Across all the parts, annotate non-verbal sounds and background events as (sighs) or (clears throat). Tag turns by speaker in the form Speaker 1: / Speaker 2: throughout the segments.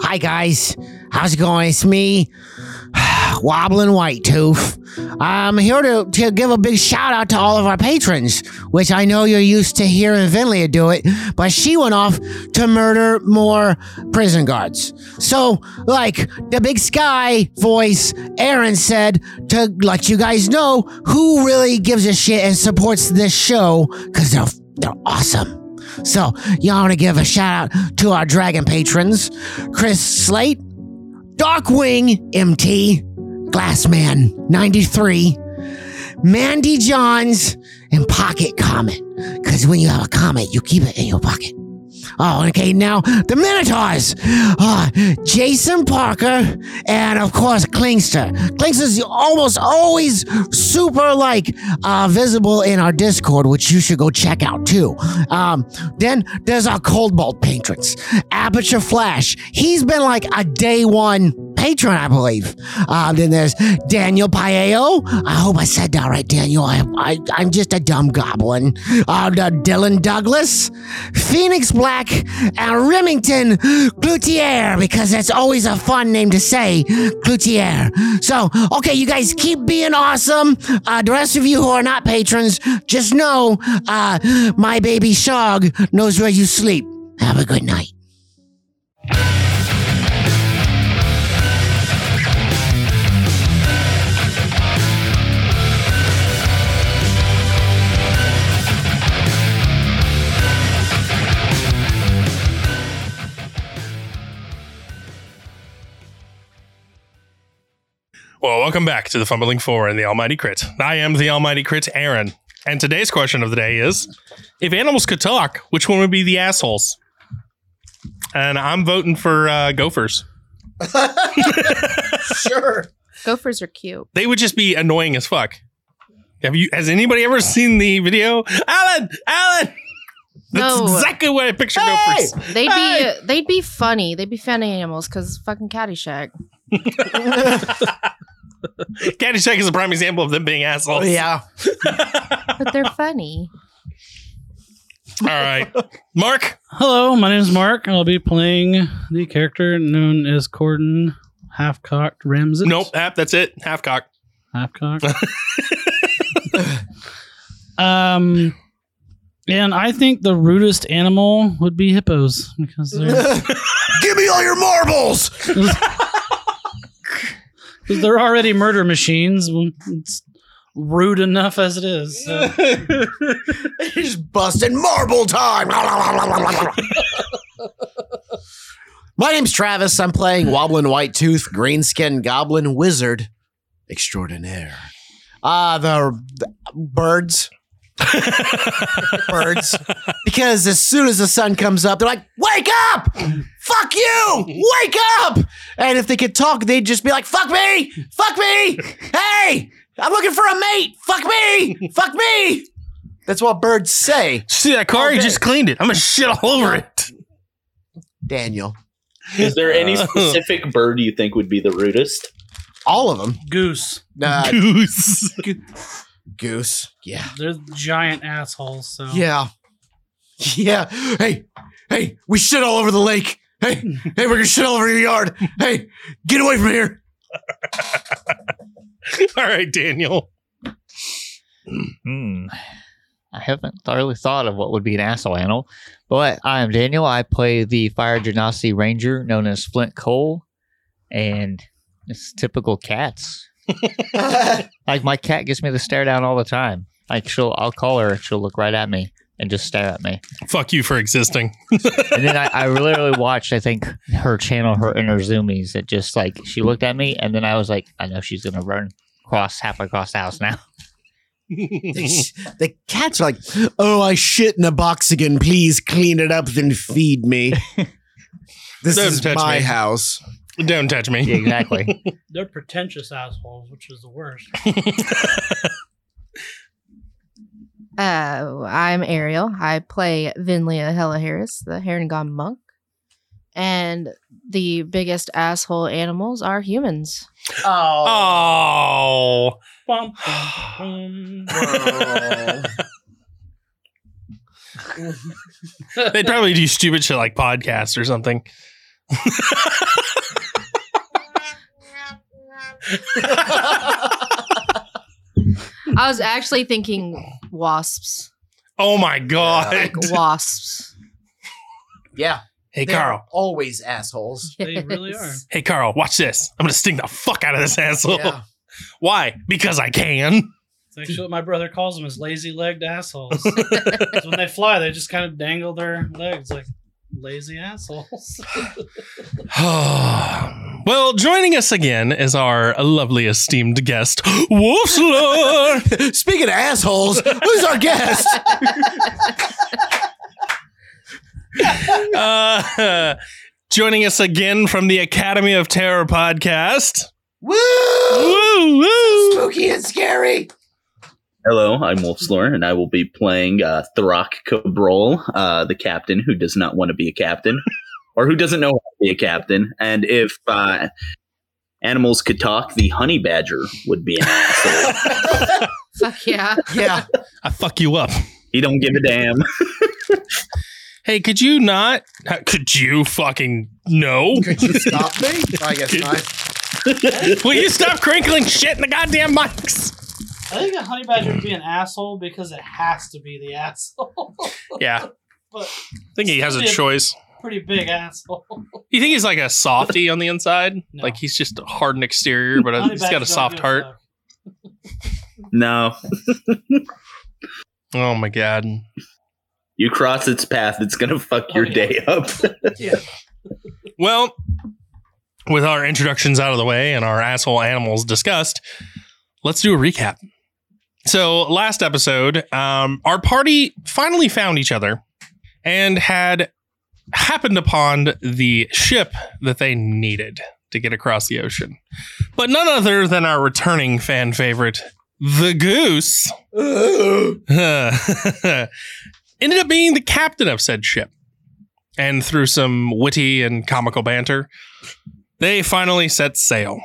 Speaker 1: Hi guys, how's it going? It's me, (sighs) Wobbling White Tooth. I'm here to, to give a big shout out to all of our patrons, which I know you're used to hearing Vinlia do it, but she went off to murder more prison guards. So, like the big sky voice, Aaron said to let you guys know who really gives a shit and supports this show because they're, they're awesome. So, y'all want to give a shout out to our dragon patrons Chris Slate, Darkwing MT, Glassman 93, Mandy Johns, and Pocket Comet. Because when you have a comet, you keep it in your pocket. Oh, okay. Now the Minotaurs, Ah, Jason Parker, and of course Klingster. Klingster's almost always super like uh, visible in our Discord, which you should go check out too. Um, then there's our Coldbolt patrons, Aperture Flash. He's been like a day one patron, I believe. Uh, then there's Daniel Paeo. I hope I said that right, Daniel. I, I, I'm just a dumb goblin. Uh, the Dylan Douglas, Phoenix Black, and Remington Cloutier, because that's always a fun name to say, Cloutier. So, okay, you guys keep being awesome. Uh, the rest of you who are not patrons, just know uh, my baby Shog knows where you sleep. Have a good night.
Speaker 2: Well, welcome back to the Fumbling Four and the Almighty Crit. I am the Almighty Crit, Aaron. And today's question of the day is if animals could talk, which one would be the assholes? And I'm voting for uh, gophers.
Speaker 3: sure.
Speaker 4: Gophers are cute.
Speaker 2: They would just be annoying as fuck. Have you has anybody ever seen the video? Alan! Alan! That's
Speaker 4: No.
Speaker 2: exactly what I picture
Speaker 1: Hey!
Speaker 2: gophers.
Speaker 4: They'd
Speaker 2: Hey!
Speaker 4: be they'd be funny. They'd be funny animals because fucking Caddyshack.
Speaker 2: Caddyshack is a prime example of them being assholes.
Speaker 1: Yeah.
Speaker 4: But
Speaker 2: (laughs)
Speaker 4: they're funny.
Speaker 2: All right. Mark,
Speaker 5: Hello, my name is Mark, and I'll be playing the character known as Corden Half Cocked Ramses.
Speaker 2: nope, app, that's it. Half cock.
Speaker 5: Half cocked. (laughs) um, and I think the rudest animal would be hippos because
Speaker 1: (laughs)
Speaker 5: they're.
Speaker 1: (laughs) Give me all your marbles.
Speaker 5: Because they're already murder machines. Well, It's rude enough as it is. so.
Speaker 1: He's busting marble time. (laughs) My name's Travis. I'm playing Wobbling White Tooth, Green Skin Goblin Wizard Extraordinaire. Ah, the, the birds. birds. Because as soon as the sun comes up, they're like, wake up! Fuck you! Wake up! And if they could talk, they'd just be like, fuck me! Fuck me! Hey! I'm looking for a mate! Fuck me! Fuck me! That's what birds say,
Speaker 2: See that car? He
Speaker 1: Okay.
Speaker 2: just cleaned it. I'm gonna shit all over it.
Speaker 1: Daniel.
Speaker 3: Is there any
Speaker 2: Uh.
Speaker 3: specific bird you think would be the rudest?
Speaker 1: All of them.
Speaker 5: Goose.
Speaker 1: Uh,
Speaker 2: (laughs) Goose.
Speaker 1: goose. Yeah.
Speaker 5: They're giant assholes. So
Speaker 1: Yeah. Yeah. Hey, hey, we shit all over the lake.
Speaker 2: (laughs)
Speaker 1: Hey, hey, we're gonna shit all over your yard. Hey, get away from here.
Speaker 2: (laughs) All right, Daniel.
Speaker 6: Hmm. (sighs) I haven't thoroughly thought of what would be an asshole animal, but I am Daniel. I play the Fire Genasi Ranger known as Flint Cole, and it's typical cats. like my cat gets me the stare down all the time. Like she'll, I'll call her, and she'll look right at me and just stare at me.
Speaker 2: Fuck you for existing.
Speaker 6: And then I, I literally watched, I think, her channel, her inner zoomies. It just like she looked at me, and then I was like, I know she's gonna run across halfway across the house now. (laughs)
Speaker 1: They sh- the
Speaker 2: (laughs)
Speaker 1: cats are like, oh, I shit in a box again. Please clean it up, then feed me. This
Speaker 2: Don't
Speaker 1: is
Speaker 2: touch
Speaker 1: my
Speaker 2: me. (laughs)
Speaker 1: house. (laughs)
Speaker 2: Don't touch me.
Speaker 6: Yeah, exactly.
Speaker 5: They're pretentious assholes, which is the worst.
Speaker 4: Uh, I'm Ariel. I play Vinlia Hella Harris, the Harangon monk. And the biggest asshole animals are humans.
Speaker 2: Oh.
Speaker 5: Bum, bum, bum.
Speaker 2: They'd probably do stupid shit like podcasts or something. Hmm.
Speaker 4: I was actually thinking wasps.
Speaker 2: Oh my god. (laughs)
Speaker 4: Like wasps.
Speaker 1: Yeah.
Speaker 2: hey
Speaker 1: they're
Speaker 2: Carl.
Speaker 1: Always
Speaker 2: (laughs)
Speaker 1: assholes.
Speaker 5: They really are.
Speaker 4: Yes.
Speaker 2: Hey Carl, watch this. I'm gonna sting the fuck out of this asshole.
Speaker 1: Yeah.
Speaker 2: Why? Because I can. (sighs)
Speaker 5: It's actually what my brother calls them is lazy legged assholes. 'Cause when they fly, they just kind of dangle their legs like lazy assholes.
Speaker 2: well, joining us again is our lovely esteemed guest,
Speaker 1: (laughs)
Speaker 2: Wolfslord.
Speaker 1: Speaking of assholes, who's our guest?
Speaker 2: uh, joining us again from the Academy of Terror podcast.
Speaker 1: (laughs) Woo!
Speaker 2: Woo, woo.
Speaker 1: Spooky and scary.
Speaker 3: Hello, I'm Wolfslore, and I will be playing uh, Throck Cabrol, uh, the captain who does not want to be a captain, (laughs) or who doesn't know how to be a captain. And if uh, animals could talk, the honey badger would be an (laughs) asshole.
Speaker 4: Fuck yeah.
Speaker 1: Yeah.
Speaker 2: I fuck you up.
Speaker 3: He don't give a damn.
Speaker 2: Hey, could you not? Uh, Could you fucking no?
Speaker 1: Could you stop me? I guess not.
Speaker 2: Will you stop crinkling shit in the goddamn mics?
Speaker 5: I think a honey badger would be an asshole because it has to be the asshole. (laughs)
Speaker 2: Yeah,
Speaker 5: but
Speaker 2: I think he has a choice.
Speaker 5: pretty big asshole.
Speaker 2: You think he's like a softy on the inside?
Speaker 5: No.
Speaker 2: Like he's just hard and exterior, but
Speaker 5: Honey
Speaker 2: he's got a
Speaker 5: badgers don't
Speaker 2: soft
Speaker 5: give
Speaker 2: heart.
Speaker 5: fuck.
Speaker 3: No,
Speaker 2: Oh my god.
Speaker 3: you cross its path, it's gonna fuck your day up. (laughs)
Speaker 2: (laughs) Well, with our introductions out of the way and our asshole animals discussed, let's do a recap. So, last episode, um, our party finally found each other and had happened upon the ship that they needed to get across the ocean. But none other than our returning fan favorite, the Goose, (laughs) ended up being the captain of said ship and through some witty and comical banter, they finally set sail.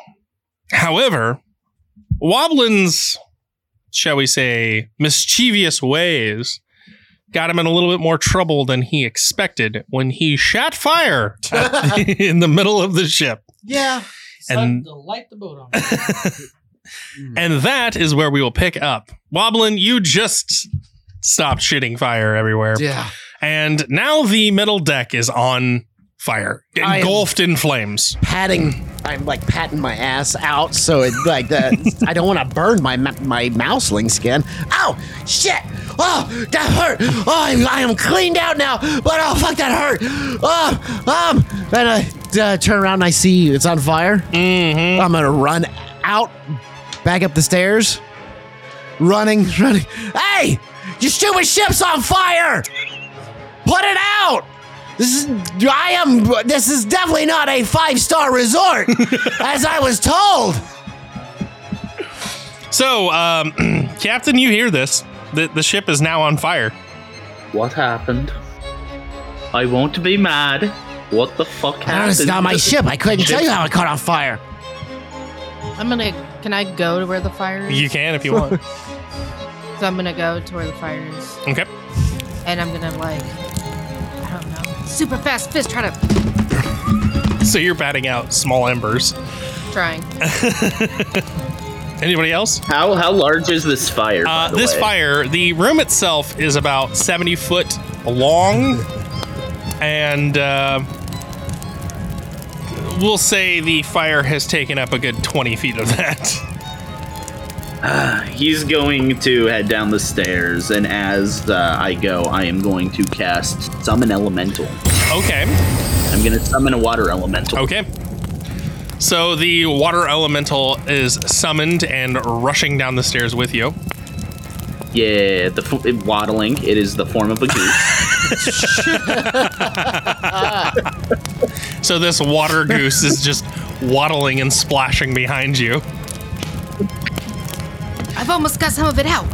Speaker 2: However, Woblin's, shall we say, mischievous ways got him in a little bit more trouble than he expected when he shot fire at- (laughs) in the middle of the ship.
Speaker 1: (laughs) Yeah.
Speaker 5: It's time
Speaker 2: And-
Speaker 5: to light the boat on.
Speaker 2: And that is where we will pick up. Woblin, you just stopped shitting fire everywhere.
Speaker 1: Yeah.
Speaker 2: And now the middle deck is on fire,
Speaker 1: I am-
Speaker 2: engulfed in flames.
Speaker 1: Patting. I'm like patting my ass out so it like the I don't want to burn my ma- my mouseling skin. Ow! Shit! Oh, that hurt! Oh, I'm, I am cleaned out now. But oh, fuck, that hurt! Oh, um. And I uh, turn around and I see it's on fire.
Speaker 2: Mm-hmm.
Speaker 1: I'm gonna run out, back up the stairs, running, (laughs) running. Hey, your stupid ship's on fire! Put it out! This is I am. This is definitely not a five star resort, as I was told.
Speaker 2: So, um, (clears throat) Captain, you hear this? The, the ship is now on fire.
Speaker 3: What happened? I won't be mad. What the fuck
Speaker 1: And
Speaker 3: happened?
Speaker 1: it's not my ship. I couldn't tell you how it caught on fire.
Speaker 4: I'm gonna can I go to where the fire is?
Speaker 2: You can if
Speaker 1: (laughs)
Speaker 2: you want.
Speaker 4: So I'm gonna go to where the fire is.
Speaker 2: Okay.
Speaker 4: And I'm gonna like I don't know. Super fast fist try to
Speaker 2: So you're batting out small embers.
Speaker 4: trying.
Speaker 2: Anybody else?
Speaker 3: How how large is this fire? by
Speaker 2: Uh,
Speaker 3: the
Speaker 2: this
Speaker 3: way?
Speaker 2: fire, the room itself is about 70 foot long. And uh, we'll say the fire has taken up a good 20 feet of that. (laughs)
Speaker 3: He's going to head down the stairs, and as uh, I go, I am going to cast Summon Elemental.
Speaker 2: Okay.
Speaker 3: I'm going to summon a water elemental.
Speaker 2: Okay. So the water elemental is summoned and rushing down the stairs with you.
Speaker 3: Yeah, the f- it- waddling. It is the form of a goose.
Speaker 2: So this water goose is just waddling and splashing behind you.
Speaker 4: I've almost got some of it out.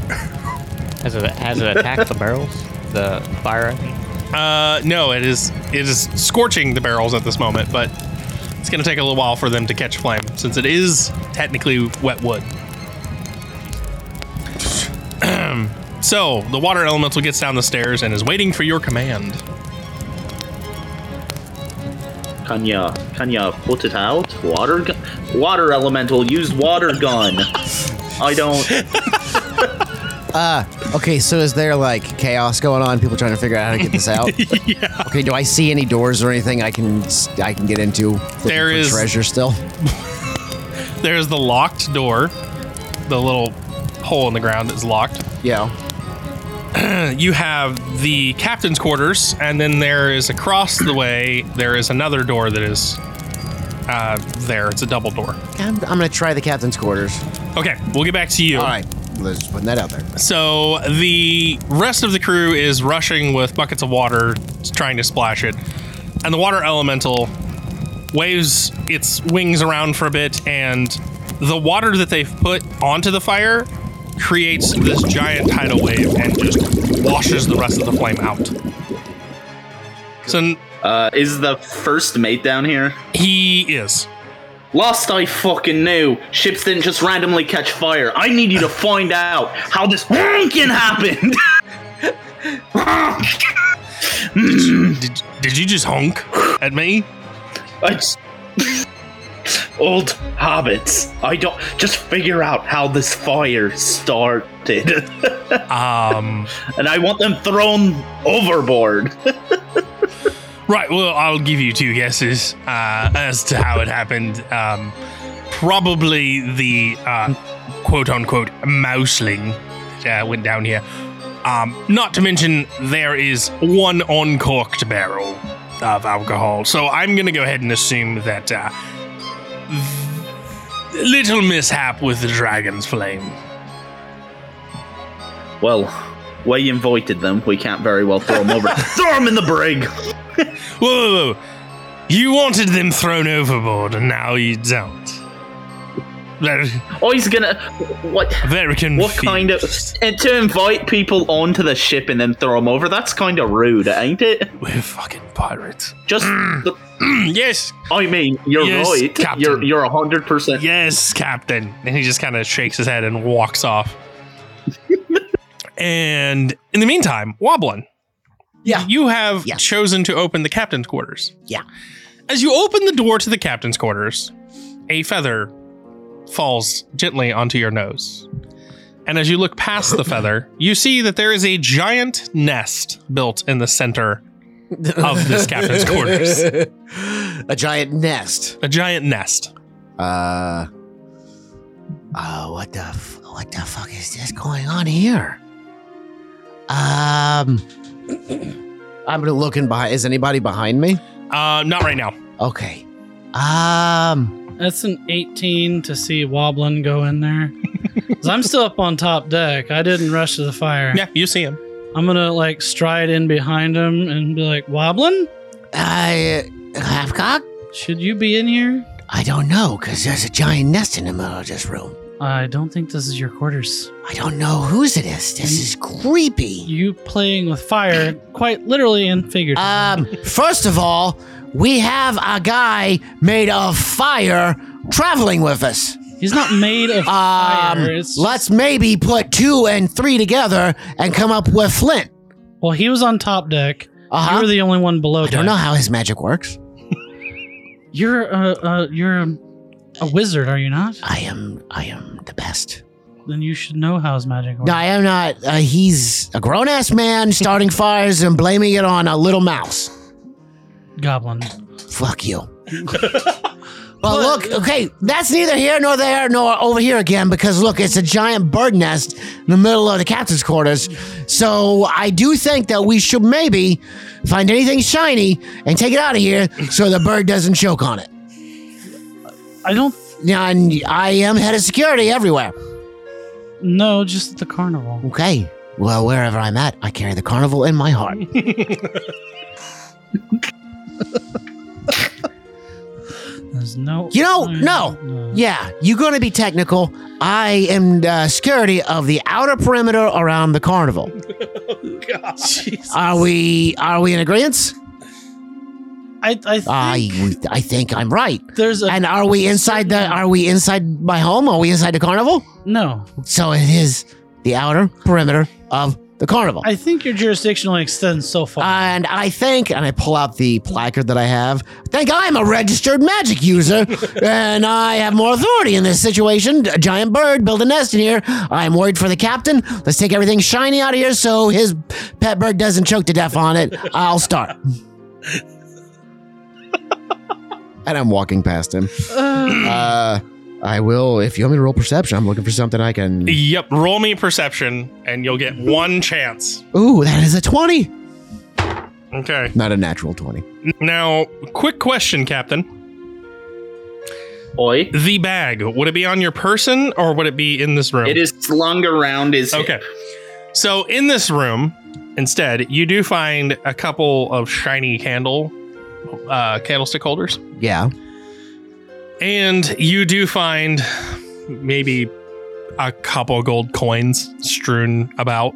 Speaker 6: Has it has it attacked the barrels? The fire? I mean?
Speaker 2: Uh, no, it is it is scorching the barrels at this moment, but it's going to take a little while for them to catch flame since it is technically wet wood. (clears throat) so the water elemental gets down the stairs and is waiting for your command.
Speaker 3: Can ya, can ya put it out? Water, gu- water elemental, use water gun. I don't.
Speaker 1: Uh, okay, so is there like chaos going on? People trying to figure out how to get this (laughs) out?
Speaker 2: yeah.
Speaker 1: Okay, do I see any doors or anything I can s- I can get into? looking
Speaker 2: There
Speaker 1: for
Speaker 2: is-
Speaker 1: treasure still.
Speaker 2: There's the locked door. The little hole in the ground is locked. Uh,
Speaker 1: Yeah.
Speaker 2: you have the captain's quarters, and then there is across the way there is another door that is uh, there. It's a double door.
Speaker 1: I'm, I'm gonna try the captain's quarters.
Speaker 2: Okay, we'll get back to you.
Speaker 1: All right, let's just put that out there.
Speaker 2: So the rest of the crew is rushing with buckets of water, trying to splash it, and the water elemental waves its wings around for a bit, and the water that they've put onto the fire creates this giant tidal wave and just washes the rest of the flame out. So n-
Speaker 3: Uh, is the first mate down here?
Speaker 2: He is. (clears throat)
Speaker 3: Last I fucking knew, ships didn't just randomly catch fire. I need you to find out how this honking happened. (laughs)
Speaker 2: Did, did you just honk at me?
Speaker 3: I just, old hobbits. I don't just figure out how this fire started, (laughs)
Speaker 2: Um,
Speaker 3: and I want them thrown overboard.
Speaker 2: right. Well, I'll give you two guesses uh, as to how it happened. Um, probably the uh, quote unquote mouseling that uh, went down here. Um, not to mention, there is one uncorked barrel of alcohol. So I'm going to go ahead and assume that uh, th- little mishap with the dragon's flame.
Speaker 3: Well, we invited them. We can't very well throw them (laughs) over. throw them in the brig.
Speaker 2: Whoa, whoa, whoa. You wanted them thrown overboard, and now you don't. Very,
Speaker 3: Oh, he's gonna what?
Speaker 2: very
Speaker 3: What kind of
Speaker 2: confused.
Speaker 3: and to invite people onto the ship and then throw them over? That's kind of rude, ain't it?
Speaker 2: We're fucking pirates.
Speaker 3: Just, the,
Speaker 2: Mm, yes,
Speaker 3: I mean, you're
Speaker 2: Yes,
Speaker 3: right.
Speaker 2: Captain.
Speaker 3: You're you're hundred percent.
Speaker 2: yes, Captain. And he just kind of shakes his head and walks off. and in the meantime, Wobblin.
Speaker 1: Yeah.
Speaker 2: You have
Speaker 1: Yeah.
Speaker 2: chosen to open the captain's quarters.
Speaker 1: Yeah.
Speaker 2: As you open the door to the captain's quarters, a feather falls gently onto your nose. And as you look past the feather, you see that there is a giant nest built in the center, (laughs) Of this captain's quarters.
Speaker 1: (laughs) A giant nest.
Speaker 2: a giant nest.
Speaker 1: Uh. Uh, what the f- what the fuck is this going on here? Um, (clears throat) I'm looking behind. Is anybody behind me?
Speaker 2: Uh, not right now.
Speaker 1: Okay. Um.
Speaker 5: That's an 18 to see Wobblin go
Speaker 2: (laughs)
Speaker 5: in there. 'Cause I'm still up on top deck. I didn't rush to the fire.
Speaker 2: Yeah, you see him.
Speaker 5: I'm gonna like stride in behind him and be like, Wobblin,
Speaker 1: I half cock.
Speaker 5: should you be in here?
Speaker 1: I don't know, cause there's a giant nest in the middle of this room.
Speaker 5: I don't think this is your quarters.
Speaker 1: I don't know whose it is. This is creepy.
Speaker 5: You playing with fire, quite literally and figuratively.
Speaker 1: Um, first of all, we have a guy made of fire traveling with us.
Speaker 5: He's not made of
Speaker 1: Um,
Speaker 5: fire. It's
Speaker 1: let's maybe put two and three together and come up with Flint.
Speaker 5: well, he was on top deck.
Speaker 1: Uh
Speaker 5: You were
Speaker 1: huh.
Speaker 5: the only one below
Speaker 1: I
Speaker 5: deck.
Speaker 1: don't know how his magic works.
Speaker 5: You're a, a you're a, a wizard, are you not?
Speaker 1: I am, I am the best.
Speaker 5: Then you should know how his magic works.
Speaker 1: No, I am not. Uh, he's a grown ass man starting (laughs) fires and blaming it on a little mouse.
Speaker 5: Goblin.
Speaker 1: Fuck you. Well, look, okay, that's neither here nor there nor over here again because look, it's a giant bird nest in the middle of the captain's quarters. So I do think that we should maybe find anything shiny and take it out of here so the bird doesn't choke on it.
Speaker 5: I don't
Speaker 1: Now, and I am head of security everywhere.
Speaker 5: know. Just at the carnival.
Speaker 1: Okay, well, wherever I'm at, I carry the carnival in my heart.
Speaker 5: is no.
Speaker 1: You know, no.
Speaker 5: no.
Speaker 1: Yeah, you're going to be technical. I am the security of the outer perimeter around the carnival.
Speaker 2: God.
Speaker 1: Are we are we in agreement?
Speaker 5: I, I think
Speaker 1: I I think I'm right.
Speaker 5: there's a
Speaker 1: And are we inside the are we inside my home? Are we inside the carnival?
Speaker 5: no.
Speaker 1: So it is the outer perimeter of the carnival.
Speaker 5: I think your jurisdiction only extends so far.
Speaker 1: And I think, and I pull out the placard that I have. I think I'm a registered magic user, and I have more authority in this situation. A giant bird built a nest in here. I'm worried for the captain. Let's take everything shiny out of here so his pet bird doesn't choke to death on it. I'll start.
Speaker 7: and I'm walking past him. Uh, I will, if you want me to roll perception, I'm looking for something I can.
Speaker 2: Yep. Roll me perception, and you'll get one chance.
Speaker 7: Ooh, that is a 20.
Speaker 2: Okay.
Speaker 7: Not a natural 20.
Speaker 2: Now, quick question, Captain.
Speaker 3: Oi.
Speaker 2: The bag would it be on your person or would it be in this room?
Speaker 3: It is slung around his hip.
Speaker 2: Okay. So in this room, instead, you do find a couple of shiny candle uh, candlestick holders,
Speaker 7: Yeah.
Speaker 2: and you do find maybe a couple gold coins strewn about,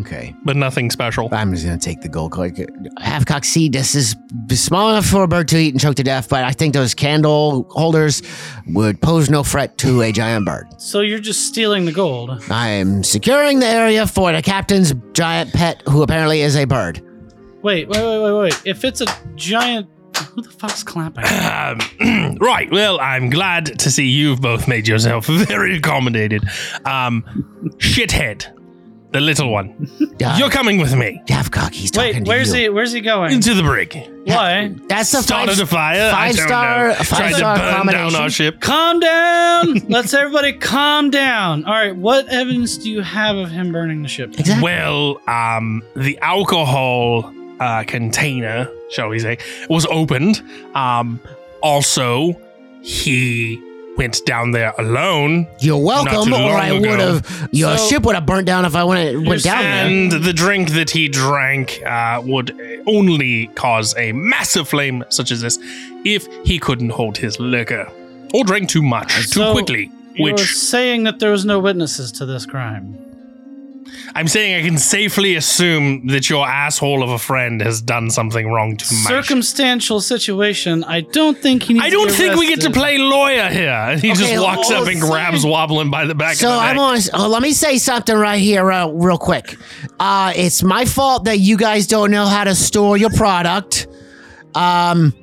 Speaker 7: Okay.
Speaker 2: but nothing special.
Speaker 7: I'm just going to take the gold coin.
Speaker 1: Half cock seed, this is small enough for a bird to eat and choke to death, but I think those candle holders would pose no threat to a giant bird.
Speaker 5: so you're just stealing the gold.
Speaker 1: I'm securing the area for the captain's giant pet, who apparently is a bird.
Speaker 5: Wait, wait, wait, wait, wait. If it's a giant, who the
Speaker 2: (sighs)
Speaker 5: fuck's clapping?
Speaker 2: Um, (clears throat) right. Well, I'm glad to see you've both made yourself (laughs) very accommodated. Um, shithead, the little one,
Speaker 1: Uh,
Speaker 2: you're coming with me
Speaker 1: Davcock, he's talking
Speaker 5: Wait, where's
Speaker 1: to you.
Speaker 5: he? Where's he going?
Speaker 2: into the brig.
Speaker 5: Why?
Speaker 1: That's the five.
Speaker 2: Started a fire. I don't
Speaker 1: five-star-
Speaker 2: know. Tried to
Speaker 1: five-star
Speaker 2: burn down
Speaker 1: accommodation.
Speaker 2: our ship.
Speaker 5: Calm down. (laughs) Let's everybody calm down. All right. What evidence do you have of him burning the ship?
Speaker 1: Exactly.
Speaker 2: Well, um, the alcohol uh, container, shall we say, was opened. Um, also, he went down there alone,
Speaker 1: You're welcome,
Speaker 2: Not too
Speaker 1: or
Speaker 2: long
Speaker 1: I
Speaker 2: ago.
Speaker 1: would have. Your
Speaker 5: So-
Speaker 1: ship would have burnt down if I went,
Speaker 5: You're
Speaker 1: went down there.
Speaker 2: and the drink that he drank uh, would only cause a massive flame such as this if he couldn't hold his liquor or drank too much too
Speaker 5: So,
Speaker 2: quickly.
Speaker 5: You're
Speaker 2: Which
Speaker 5: saying that there was no witnesses to this crime.
Speaker 2: I'm saying I can safely assume that your asshole of a friend has done something wrong to my ship.
Speaker 5: Circumstantial situation. I don't think he. Needs
Speaker 2: I don't
Speaker 5: to be
Speaker 2: think we get to
Speaker 5: arrested.
Speaker 2: play lawyer here. (laughs) And he
Speaker 1: Okay,
Speaker 2: just walks
Speaker 1: all
Speaker 2: up and grabs Wobbling by the back
Speaker 1: So
Speaker 2: of the
Speaker 1: I'm
Speaker 2: neck.
Speaker 1: on. Oh, let me say something right here, uh, real quick. Uh, it's my fault that you guys don't know how to store your product. Um,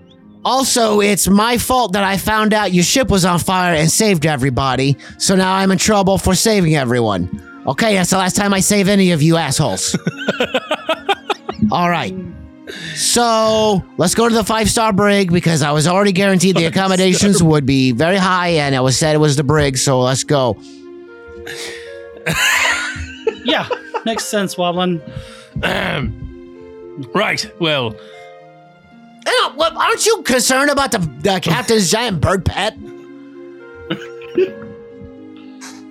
Speaker 1: also, it's my fault that I found out your ship was on fire and saved everybody. So now I'm in trouble for saving everyone. Okay, that's the last time I save any of you
Speaker 2: (laughs)
Speaker 1: assholes. All right. So let's go to the five star brig because I was already guaranteed the accommodations would be very high, and it was said it was the brig. So let's go.
Speaker 5: Yeah, makes sense, Wobbling.
Speaker 2: Ahem. right. Well,
Speaker 1: Oh, well, aren't you concerned about the, the captain's giant bird pet?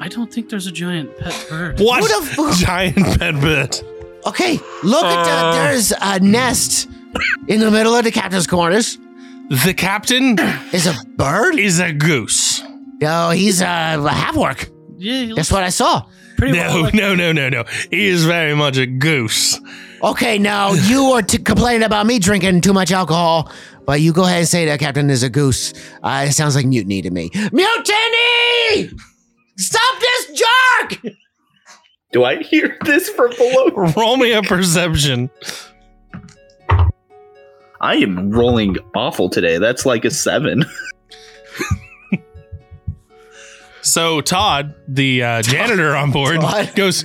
Speaker 5: I don't think there's a giant pet bird.
Speaker 2: what?
Speaker 1: Who the fu-
Speaker 2: (laughs) Giant pet bird.
Speaker 1: Okay, look at
Speaker 2: Uh.
Speaker 1: that. There's a nest in the middle of the captain's quarters.
Speaker 2: The captain
Speaker 1: Is a bird?
Speaker 2: is a goose.
Speaker 1: No, he's a, a half orc.
Speaker 5: Yeah, he looks
Speaker 1: That's what I saw.
Speaker 5: pretty well
Speaker 2: No,
Speaker 5: (laughs) like-
Speaker 2: no, no, no, no. He is very much a goose. (laughs)
Speaker 1: Okay, now you are t- complaining about me drinking too much alcohol, but you go ahead and say that captain is a goose. Uh, it sounds like mutiny to me. Mutiny! Stop this jerk!
Speaker 3: Do I hear this from below?
Speaker 2: Roll me a perception.
Speaker 3: I am rolling awful today. That's like a seven. (laughs)
Speaker 2: So Todd, the uh, janitor on board,
Speaker 1: Todd.
Speaker 2: goes,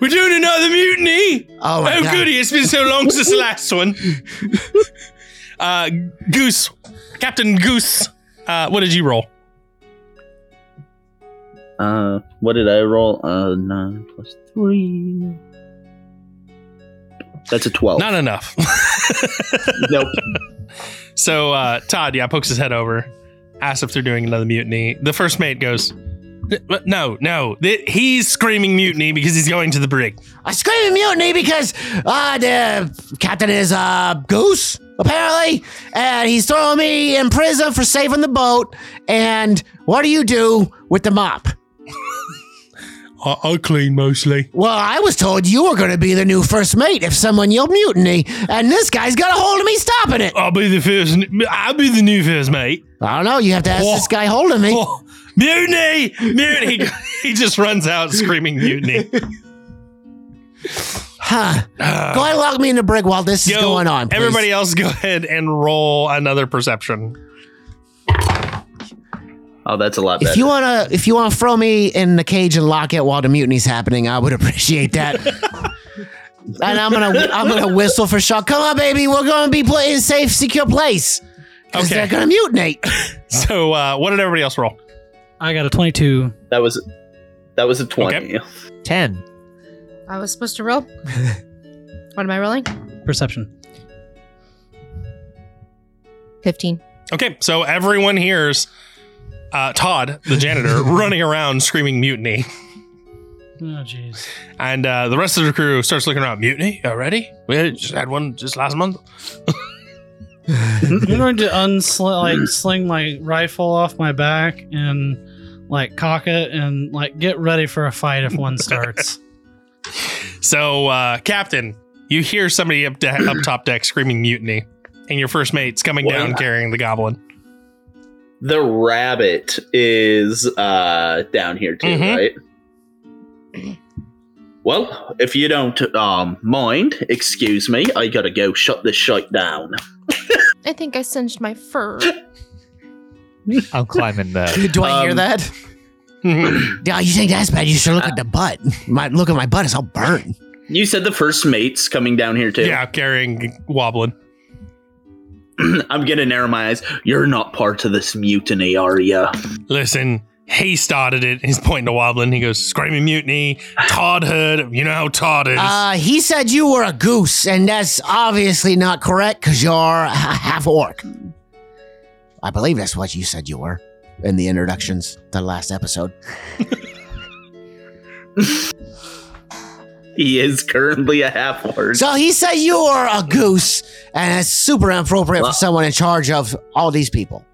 Speaker 2: "We're doing another mutiny."
Speaker 1: Oh my
Speaker 2: oh,
Speaker 1: god.
Speaker 2: goody, it's been so long since the last one. Uh, Goose, Captain Goose, uh, what did you roll?
Speaker 3: Uh, what did I roll? Uh, nine plus three. That's a twelve.
Speaker 2: Not enough.
Speaker 3: (laughs)
Speaker 2: (laughs)
Speaker 3: nope.
Speaker 2: so uh, Todd, yeah, pokes his head over, asks if they're doing another mutiny. The first mate goes, "N- "No, no, th- he's screaming mutiny because he's going to the brig."
Speaker 1: I scream in mutiny because uh, the captain is a goose. apparently, and he's throwing me in prison for saving the boat. And what do you do with the mop?
Speaker 2: I, I clean mostly.
Speaker 1: Well, I was told you were going to be the new first mate if someone yelled mutiny, and this guy's got a hold of me stopping it.
Speaker 2: I'll be the first. I'll be the new first mate.
Speaker 1: I don't know. You have to ask
Speaker 2: Oh.
Speaker 1: this guy holding me.
Speaker 2: Oh, mutiny! Mutiny! he just runs out
Speaker 1: (laughs)
Speaker 2: screaming mutiny.
Speaker 1: Huh.
Speaker 2: Uh,
Speaker 1: Go ahead, lock me in the brig while this
Speaker 2: yo,
Speaker 1: is going on. please.
Speaker 2: Everybody else, go ahead and roll another perception.
Speaker 3: Oh, that's a lot better.
Speaker 1: If you wanna, if you wanna throw me in the cage and lock it while the mutiny's happening, I would (laughs) appreciate that.
Speaker 2: (laughs)
Speaker 1: and I'm gonna, I'm gonna whistle for Shaw. Come on, baby, we're gonna be put in a safe, secure place. Cause
Speaker 2: Okay.
Speaker 1: they're gonna
Speaker 2: (laughs)
Speaker 1: mutinate.
Speaker 2: So, uh, what did everybody else roll?
Speaker 5: I got a 22.
Speaker 3: that was that was a twenty.
Speaker 6: Ten.
Speaker 4: I was supposed to
Speaker 2: (laughs)
Speaker 4: roll. what am I rolling?
Speaker 5: Perception.
Speaker 4: 15.
Speaker 2: Okay, so everyone hears uh, Todd,
Speaker 1: (laughs)
Speaker 2: the janitor, running around screaming mutiny,
Speaker 5: Oh, jeez.
Speaker 2: and uh, the rest of the crew starts looking around. Mutiny already? We just had one just last month.
Speaker 5: I'm going to unsling like sling my rifle off my back and like cock it and like get ready for a fight if one starts.
Speaker 2: So, uh, Captain, you hear somebody up, de- up top deck screaming mutiny, and your first mate's coming
Speaker 3: Well,
Speaker 2: down
Speaker 3: yeah.
Speaker 2: carrying the goblin.
Speaker 3: The rabbit is uh down here too,
Speaker 2: Mhm.
Speaker 3: right? Well, if you don't um mind, excuse me, I gotta go shut this shite down.
Speaker 4: I think I singed my fur.
Speaker 6: I'm climbing the.
Speaker 1: Do I hear
Speaker 3: Um,
Speaker 1: that?
Speaker 2: (laughs) Mhm.
Speaker 1: Yeah, you think that's bad? You should look at the butt. My look at my butt; it's all burnt.
Speaker 3: You said the first mate's coming down here too.
Speaker 2: yeah, carrying Wobbling.
Speaker 3: (clears throat) I'm gonna narrow my eyes. You're not part of this mutiny, are ya?
Speaker 2: Listen, he started it. He's pointing to Wobbling. He goes, screaming mutiny, Todd Hood. You know how Todd is.
Speaker 1: Uh, he said you were a goose, and that's obviously not correct because you're a half orc. I believe that's what you said you were in the introductions, the last episode.
Speaker 3: He is currently a half orc.
Speaker 1: So he said you are a goose, and it's super inappropriate for
Speaker 3: Well-
Speaker 1: someone in charge of all these people.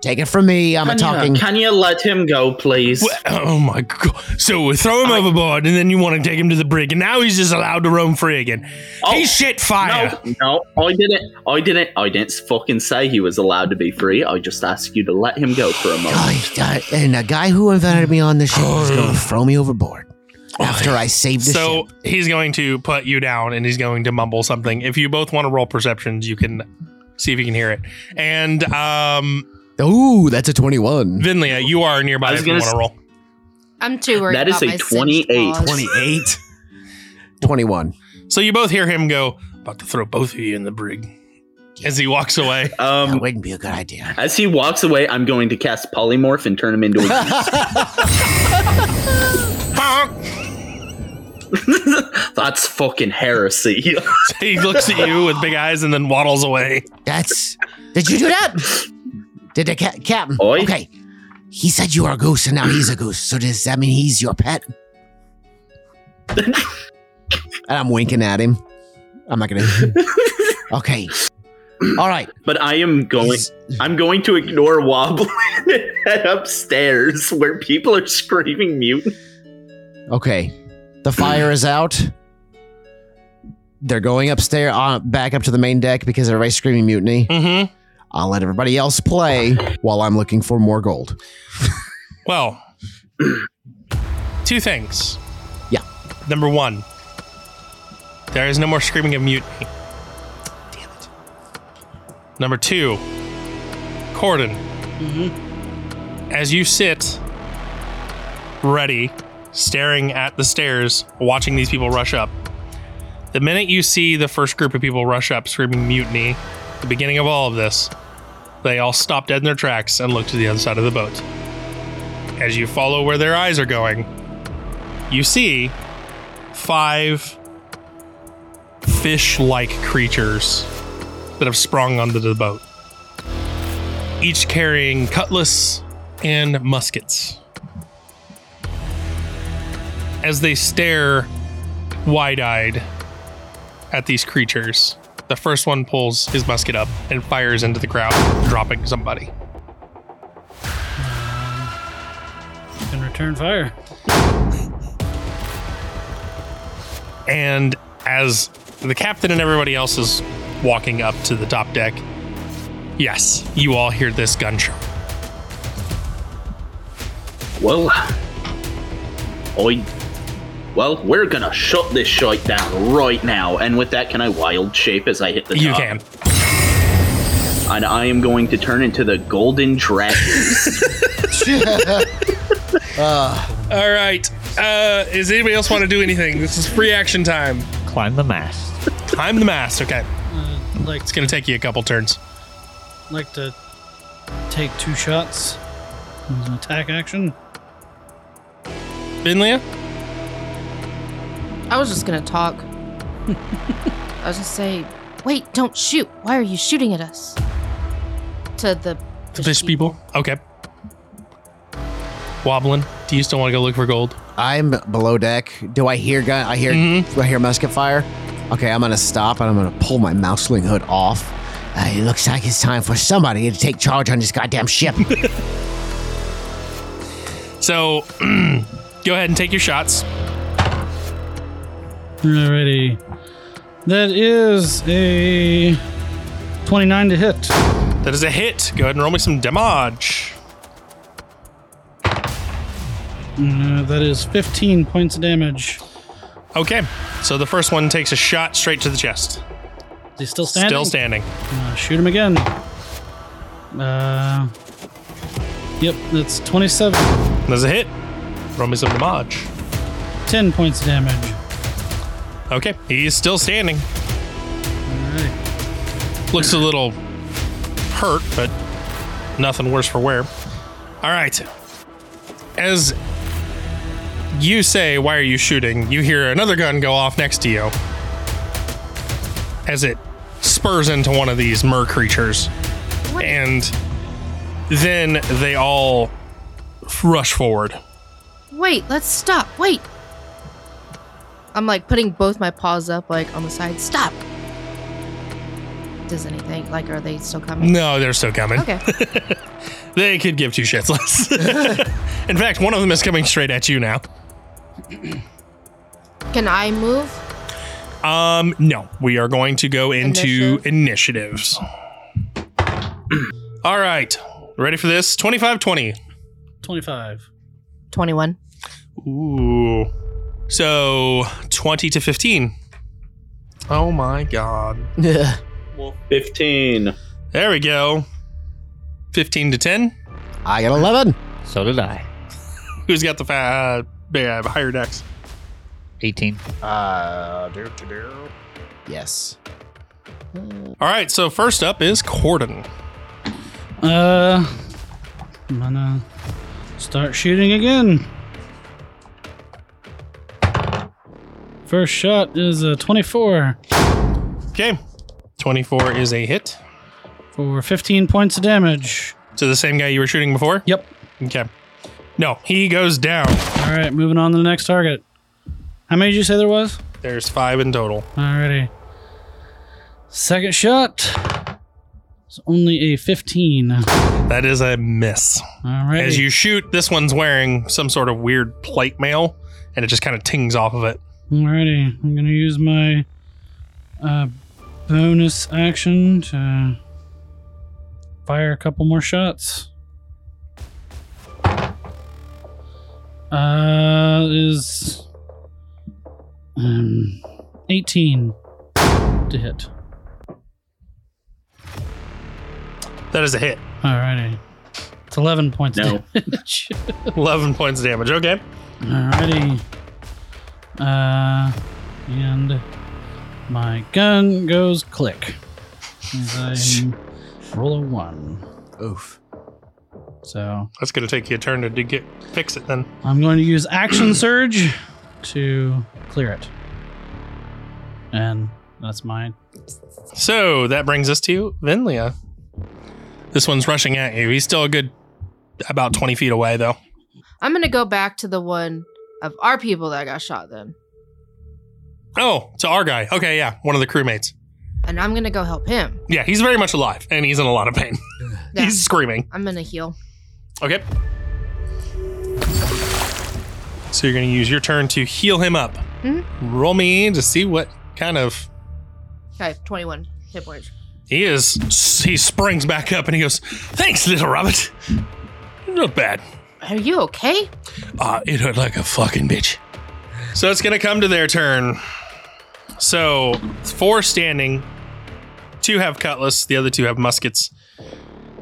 Speaker 1: Take it from me, I'm a
Speaker 3: can
Speaker 1: talking.
Speaker 3: You, can you let him go, please?
Speaker 2: Wha- oh my god! So we throw him overboard, and then you want to take him to the brig, and now he's just allowed to roam free again.
Speaker 3: Oh,
Speaker 2: He's shit fire.
Speaker 3: No, no, I didn't. I didn't. I didn't fucking say he was allowed to be free. I just asked you to let him go for a
Speaker 1: Oh,
Speaker 3: moment.
Speaker 1: he- uh, and the guy who invited me on the ship is going to throw me overboard after I save the
Speaker 2: So
Speaker 1: ship.
Speaker 2: he's going to put you down, and he's going to mumble something. If you both want to roll perceptions, you can see if you can hear it. And um,
Speaker 7: Ooh, that's a 21.
Speaker 2: Vinlia, you are nearby
Speaker 3: I was
Speaker 2: if you
Speaker 3: gonna
Speaker 2: want to
Speaker 3: s-
Speaker 2: roll.
Speaker 4: I'm too worried
Speaker 3: That is
Speaker 4: about my
Speaker 3: a
Speaker 4: singed
Speaker 3: 28.
Speaker 4: claws.
Speaker 7: 28. 21.
Speaker 2: (laughs) So you both hear him go, "About to throw both of you in the brig," as he walks away.
Speaker 3: (laughs) Um,
Speaker 1: That wouldn't be a good idea.
Speaker 3: as he walks away, I'm going to cast polymorph and turn him into a.
Speaker 2: (laughs) Bonk!
Speaker 3: That's fucking heresy. (laughs)
Speaker 2: he looks at you with big eyes and then waddles away.
Speaker 1: That's. Did you do that? Did the ca- captain?
Speaker 3: Oi.
Speaker 1: Okay. He said you were a goose, and now he's a goose. So does that mean he's your pet?
Speaker 7: And I'm winking at him. I'm not going to.
Speaker 1: Okay. All right.
Speaker 3: but I am going. I'm going to ignore Wobbling (laughs) and head upstairs where people are screaming mutiny.
Speaker 7: Okay.
Speaker 1: The fire is out.
Speaker 7: They're going upstairs, uh, back up to the main deck because everybody's screaming mutiny.
Speaker 2: Mm-hmm.
Speaker 7: I'll let everybody else play while I'm looking for
Speaker 1: (laughs)
Speaker 7: more gold.
Speaker 2: Well, two things.
Speaker 7: Yeah.
Speaker 2: Number one, there is no more screaming of mutiny. Damn it. Number two, Corden, as you sit ready, staring at the stairs, watching these people rush up, the minute you see the first group of people rush up screaming mutiny, the beginning of all of this, they all stop dead in their tracks and look to the other side of the boat. As you follow where their eyes are going, you see five fish like creatures that have sprung onto the boat, each carrying cutlass and muskets. As they stare wide eyed at these creatures, The first one pulls his musket up and fires into the crowd, dropping somebody.
Speaker 5: And return fire.
Speaker 2: And as the captain and everybody else is walking up to the top deck, yes, you all hear this gunshot.
Speaker 3: Well, I. Well, we're gonna shut this shite down right now. And with that, can I wild shape as I hit the
Speaker 2: You
Speaker 3: top?
Speaker 2: can.
Speaker 3: And I am going to turn into the golden dragon. (laughs)
Speaker 2: All right. Uh, does anybody else want to do anything? This is free action time.
Speaker 6: Climb the mast.
Speaker 2: Climb the mast. Okay,
Speaker 5: Uh, like
Speaker 2: it's gonna take you a couple turns.
Speaker 5: like to take two shots. As an attack action.
Speaker 2: Binlia,
Speaker 4: I was just gonna
Speaker 2: (laughs)
Speaker 4: talk. I was just say, wait, don't shoot. Why are you shooting at us? To the
Speaker 2: the fish people. Okay. Wobbling. Do you still want to go look for gold?
Speaker 7: I'm below deck. Do I hear gun? I hear.
Speaker 2: Mhm.
Speaker 7: Do I hear musket fire? Okay, I'm gonna stop and I'm gonna pull my mouseling hood off.
Speaker 1: Uh, it looks like it's time for somebody to take charge on this goddamn ship. (laughs)
Speaker 2: So, (clears throat) go ahead and take your shots.
Speaker 5: Alrighty. That is a 29 to hit.
Speaker 2: That is a hit. Go ahead and roll me some damage.
Speaker 5: Uh, that is 15 points of damage.
Speaker 2: Okay. So the first one takes a shot straight to the chest.
Speaker 5: Is he still standing?
Speaker 2: Still standing.
Speaker 5: Uh, shoot him again. Uh, yep, that's 27.
Speaker 2: There's a hit. Roll me some damage.
Speaker 5: 10 points of damage.
Speaker 2: Okay. He's still standing.
Speaker 5: Alright.
Speaker 2: Looks a little hurt, but nothing worse for wear. All right. As you say, why are you shooting? You hear another gun go off next to you as it spurs into one of these mer creatures. And then they all rush forward.
Speaker 4: wait. Let's stop. Wait. I'm like putting both my paws up, like on the side. Stop. Does anything like? Are they still coming?
Speaker 2: No, they're still coming. (laughs)
Speaker 4: Okay.
Speaker 2: They could give two shits less. (laughs) In fact, one of them is coming straight at you now.
Speaker 4: Can I move?
Speaker 2: Um, no, we are going to go into
Speaker 4: Initiative.
Speaker 2: initiatives. (clears throat) All right, ready for this? 25 20.
Speaker 5: 25.
Speaker 4: 21.
Speaker 2: Ooh. So 20 to 15. Oh my god.
Speaker 3: Fifteen.
Speaker 2: There we go. 15 to 10.
Speaker 7: I got 11.
Speaker 6: So did I.
Speaker 2: Who's got the fa- uh, yeah, higher decks?
Speaker 6: 18.
Speaker 7: Uh, do, do, do. Yes.
Speaker 2: All right, so first up is Corden.
Speaker 5: Uh, I'm gonna start shooting again. First shot is a 24
Speaker 2: Okay. 24 is a hit
Speaker 5: for 15 points of damage.
Speaker 2: to the same guy you were shooting before?
Speaker 5: Yep.
Speaker 2: Okay. No, he goes down.
Speaker 5: All right, moving on to the next target. How many did you say there was?
Speaker 2: There's five in total.
Speaker 5: Alrighty. Second shot. It's only a 15.
Speaker 2: That is a miss.
Speaker 5: Alright.
Speaker 2: As you shoot, this one's wearing some sort of weird plate mail, and it just kind of tings off of it.
Speaker 5: Alrighty. I'm going to use my uh, bonus action to fire a couple more shots. Uh, is um, 18 to hit.
Speaker 2: That is a hit. (laughs)
Speaker 5: Alrighty. It's 11 points
Speaker 3: No.
Speaker 5: damage. (laughs)
Speaker 2: 11 points of damage. Okay.
Speaker 5: Alrighty. Uh, and my gun goes click. As I roll a one.
Speaker 7: Oof.
Speaker 5: So
Speaker 2: That's going to take you a turn to do get, fix it then.
Speaker 5: I'm going to use action surge to clear it. And that's my
Speaker 2: So that brings us to Vinlia. This one's rushing at you. He's still a good about 20 feet away, though.
Speaker 4: I'm gonna go back to the one of our people that got shot then.
Speaker 2: Oh, to our guy. Okay, yeah. One of the crewmates.
Speaker 4: and I'm gonna go help him.
Speaker 2: Yeah, he's very much alive and he's in a lot of pain. (laughs)
Speaker 4: Yeah.
Speaker 2: He's screaming.
Speaker 4: I'm gonna heal.
Speaker 2: Okay. So you're going to use your turn to heal him up.
Speaker 4: Mhm.
Speaker 2: Roll me in to see what kind of
Speaker 4: Okay, 21 hit points.
Speaker 2: he is. He springs back up and he goes, "Thanks, little Robert. Not bad.
Speaker 4: Are you okay?
Speaker 2: Uh, it hurt like a fucking bitch." So it's gonna come to their turn. So four standing, two have cutlass, the other two have muskets.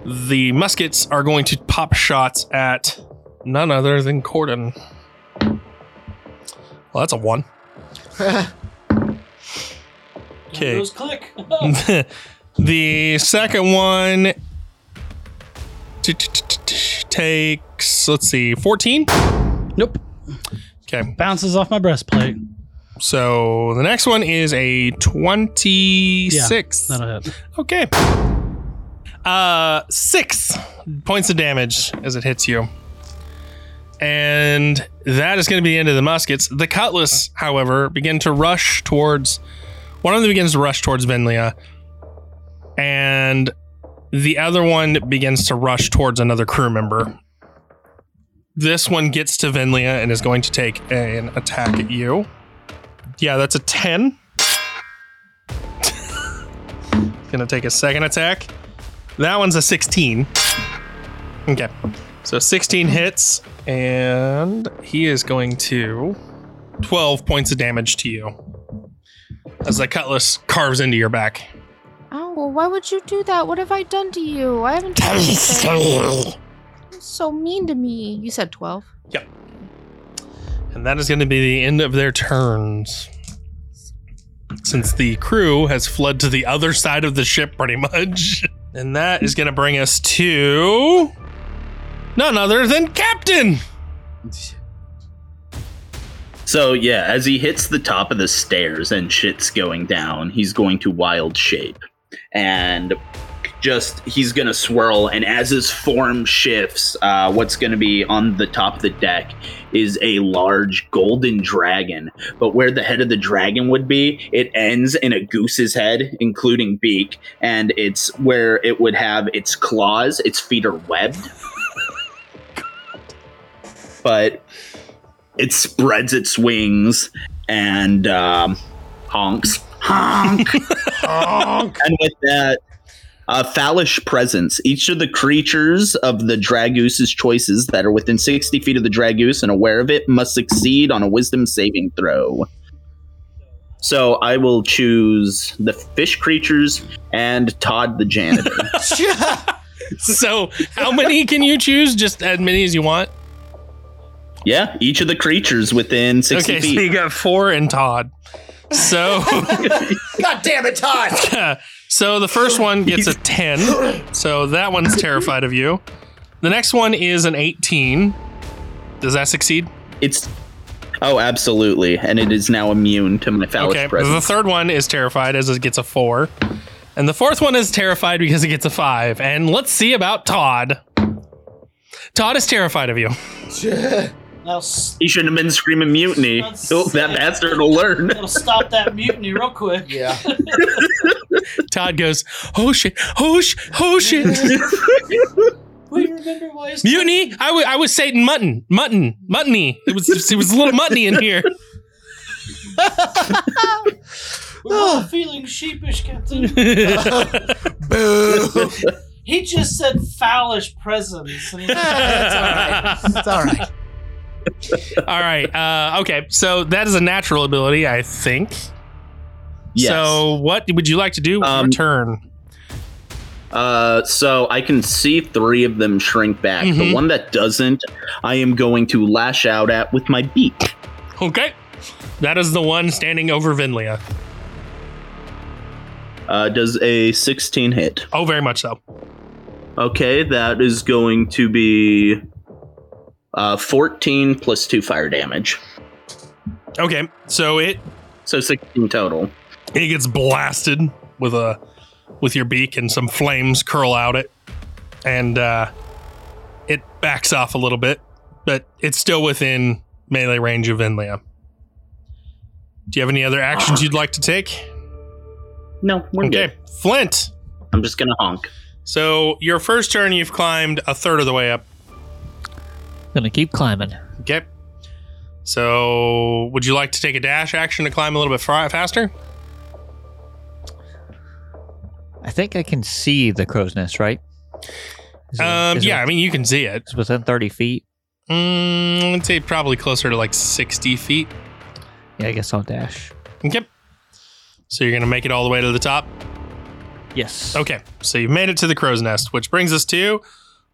Speaker 2: The muskets are going to pop shots at none other than Corden. Well, that's a one. Okay.
Speaker 5: Goes click.
Speaker 2: the second one t- t- t- t- t- takes, let's see, 14?
Speaker 5: Nope.
Speaker 2: Okay.
Speaker 5: Bounces off my breastplate.
Speaker 2: So the next one is a 26.
Speaker 5: That'll hit.
Speaker 2: okay. Uh, six points of damage as it hits you. And that is going to be the end of the muskets. The cutlass, however, begin to rush towards. One of them begins to rush towards Venlia, and the other one begins to rush towards another crew member. This one gets to Venlia and is going to take an attack at you. Yeah, that's a 10. Gonna take a second attack. That one's a 16. Okay. So 16 hits, and he is going to 12 points of damage to you as the cutlass carves into your back.
Speaker 4: Oh, well, why would you do that? What have I done to you? I haven't
Speaker 1: (laughs)
Speaker 4: done anything. You're so mean to me. You said 12.
Speaker 2: And that is going to be the end of their turns. Since the crew has fled to the other side of the ship, pretty much. (laughs) And that is going to bring us to none other than Captain.
Speaker 3: So yeah, as he hits the top of the stairs and shit's going down, he's going to wild shape. And just he's gonna swirl and as his form shifts, uh, what's gonna be on the top of the deck is a large golden dragon. But where the head of the dragon would be, it ends in a goose's head, including beak, and it's where it would have its claws, its feet are webbed. but it spreads its wings and um, honks, honk, honk, and with that. Uh, phallish presence. Each of the creatures of the dragoose's choices that are within 60 feet of the dragoose and aware of it must succeed on a wisdom saving throw. So I will choose the fish creatures and Todd the janitor.
Speaker 2: (laughs) So, how many can you choose? Just as many as you want.
Speaker 3: yeah, each of the creatures within 60
Speaker 2: Okay,
Speaker 3: feet.
Speaker 2: so you got four and Todd. So, (laughs)
Speaker 7: God damn it, Todd!
Speaker 2: so the first one gets a ten. So that one's terrified of you. The next one is an eighteen. Does that succeed?
Speaker 3: It's oh, absolutely, and it is now immune to my phallic
Speaker 2: Okay. The
Speaker 3: presence.
Speaker 2: third one is terrified as it gets a four, and the fourth one is terrified because it gets a five. And let's see about Todd. Todd is terrified of you. (laughs)
Speaker 5: That'll, s-
Speaker 3: He shouldn't have been screaming mutiny.
Speaker 5: That's
Speaker 3: Oh, that
Speaker 5: sick.
Speaker 3: bastard will learn.
Speaker 5: that'll stop that mutiny real quick.
Speaker 7: Yeah.
Speaker 2: Todd goes, "Oh shit! Oh shit! Oh shit!"
Speaker 5: We remember why it's
Speaker 2: Mutiny? I wa- I was saying mutton, mutton, muttony. It was it was a little muttony in
Speaker 7: (laughs)
Speaker 2: here.
Speaker 5: We were feeling sheepish, Captain.
Speaker 7: (laughs) Boo!
Speaker 5: He just said foulest presence. And he's
Speaker 2: (laughs)
Speaker 7: It's all right.
Speaker 2: All right. Uh, okay. So that is a natural ability, I think.
Speaker 3: (laughs) Yes.
Speaker 2: So what would you like to do with
Speaker 3: Um,
Speaker 2: your turn?
Speaker 3: Uh, so I can see three of them shrink back.
Speaker 2: Mhm.
Speaker 3: The one that doesn't, I am going to lash out at with my beak.
Speaker 2: Okay. That is the one standing over Vinlia.
Speaker 3: Uh, does a 16 hit?
Speaker 2: Oh, very much so.
Speaker 3: Okay, that is going to be uh 14 plus two fire damage,
Speaker 2: Okay. So it
Speaker 3: so 16 total.
Speaker 2: it gets blasted with a with your beak and some flames curl out it and uh it backs off a little bit but it's still within melee range of Inlia. Do you have any other actions you'd like to take?
Speaker 3: No, we're good.
Speaker 2: Okay, Flint.
Speaker 3: I'm just gonna honk.
Speaker 2: So your first turn, you've climbed a third of the way up.
Speaker 6: Gonna keep climbing.
Speaker 2: Okay. So would you like to take a dash action to climb a little bit fri- faster?
Speaker 6: I think I can see the crow's nest, right? Is it-
Speaker 2: Um,
Speaker 6: is it-
Speaker 2: yeah, I mean you can see it.
Speaker 6: it's within 30 feet.
Speaker 2: Mm, I'd say probably closer to like sixty feet.
Speaker 6: Yeah, I guess I'll dash.
Speaker 2: Okay. So you're gonna make it all the way to the top.
Speaker 6: Yes.
Speaker 2: Okay, so you've made it to the crow's nest, which brings us to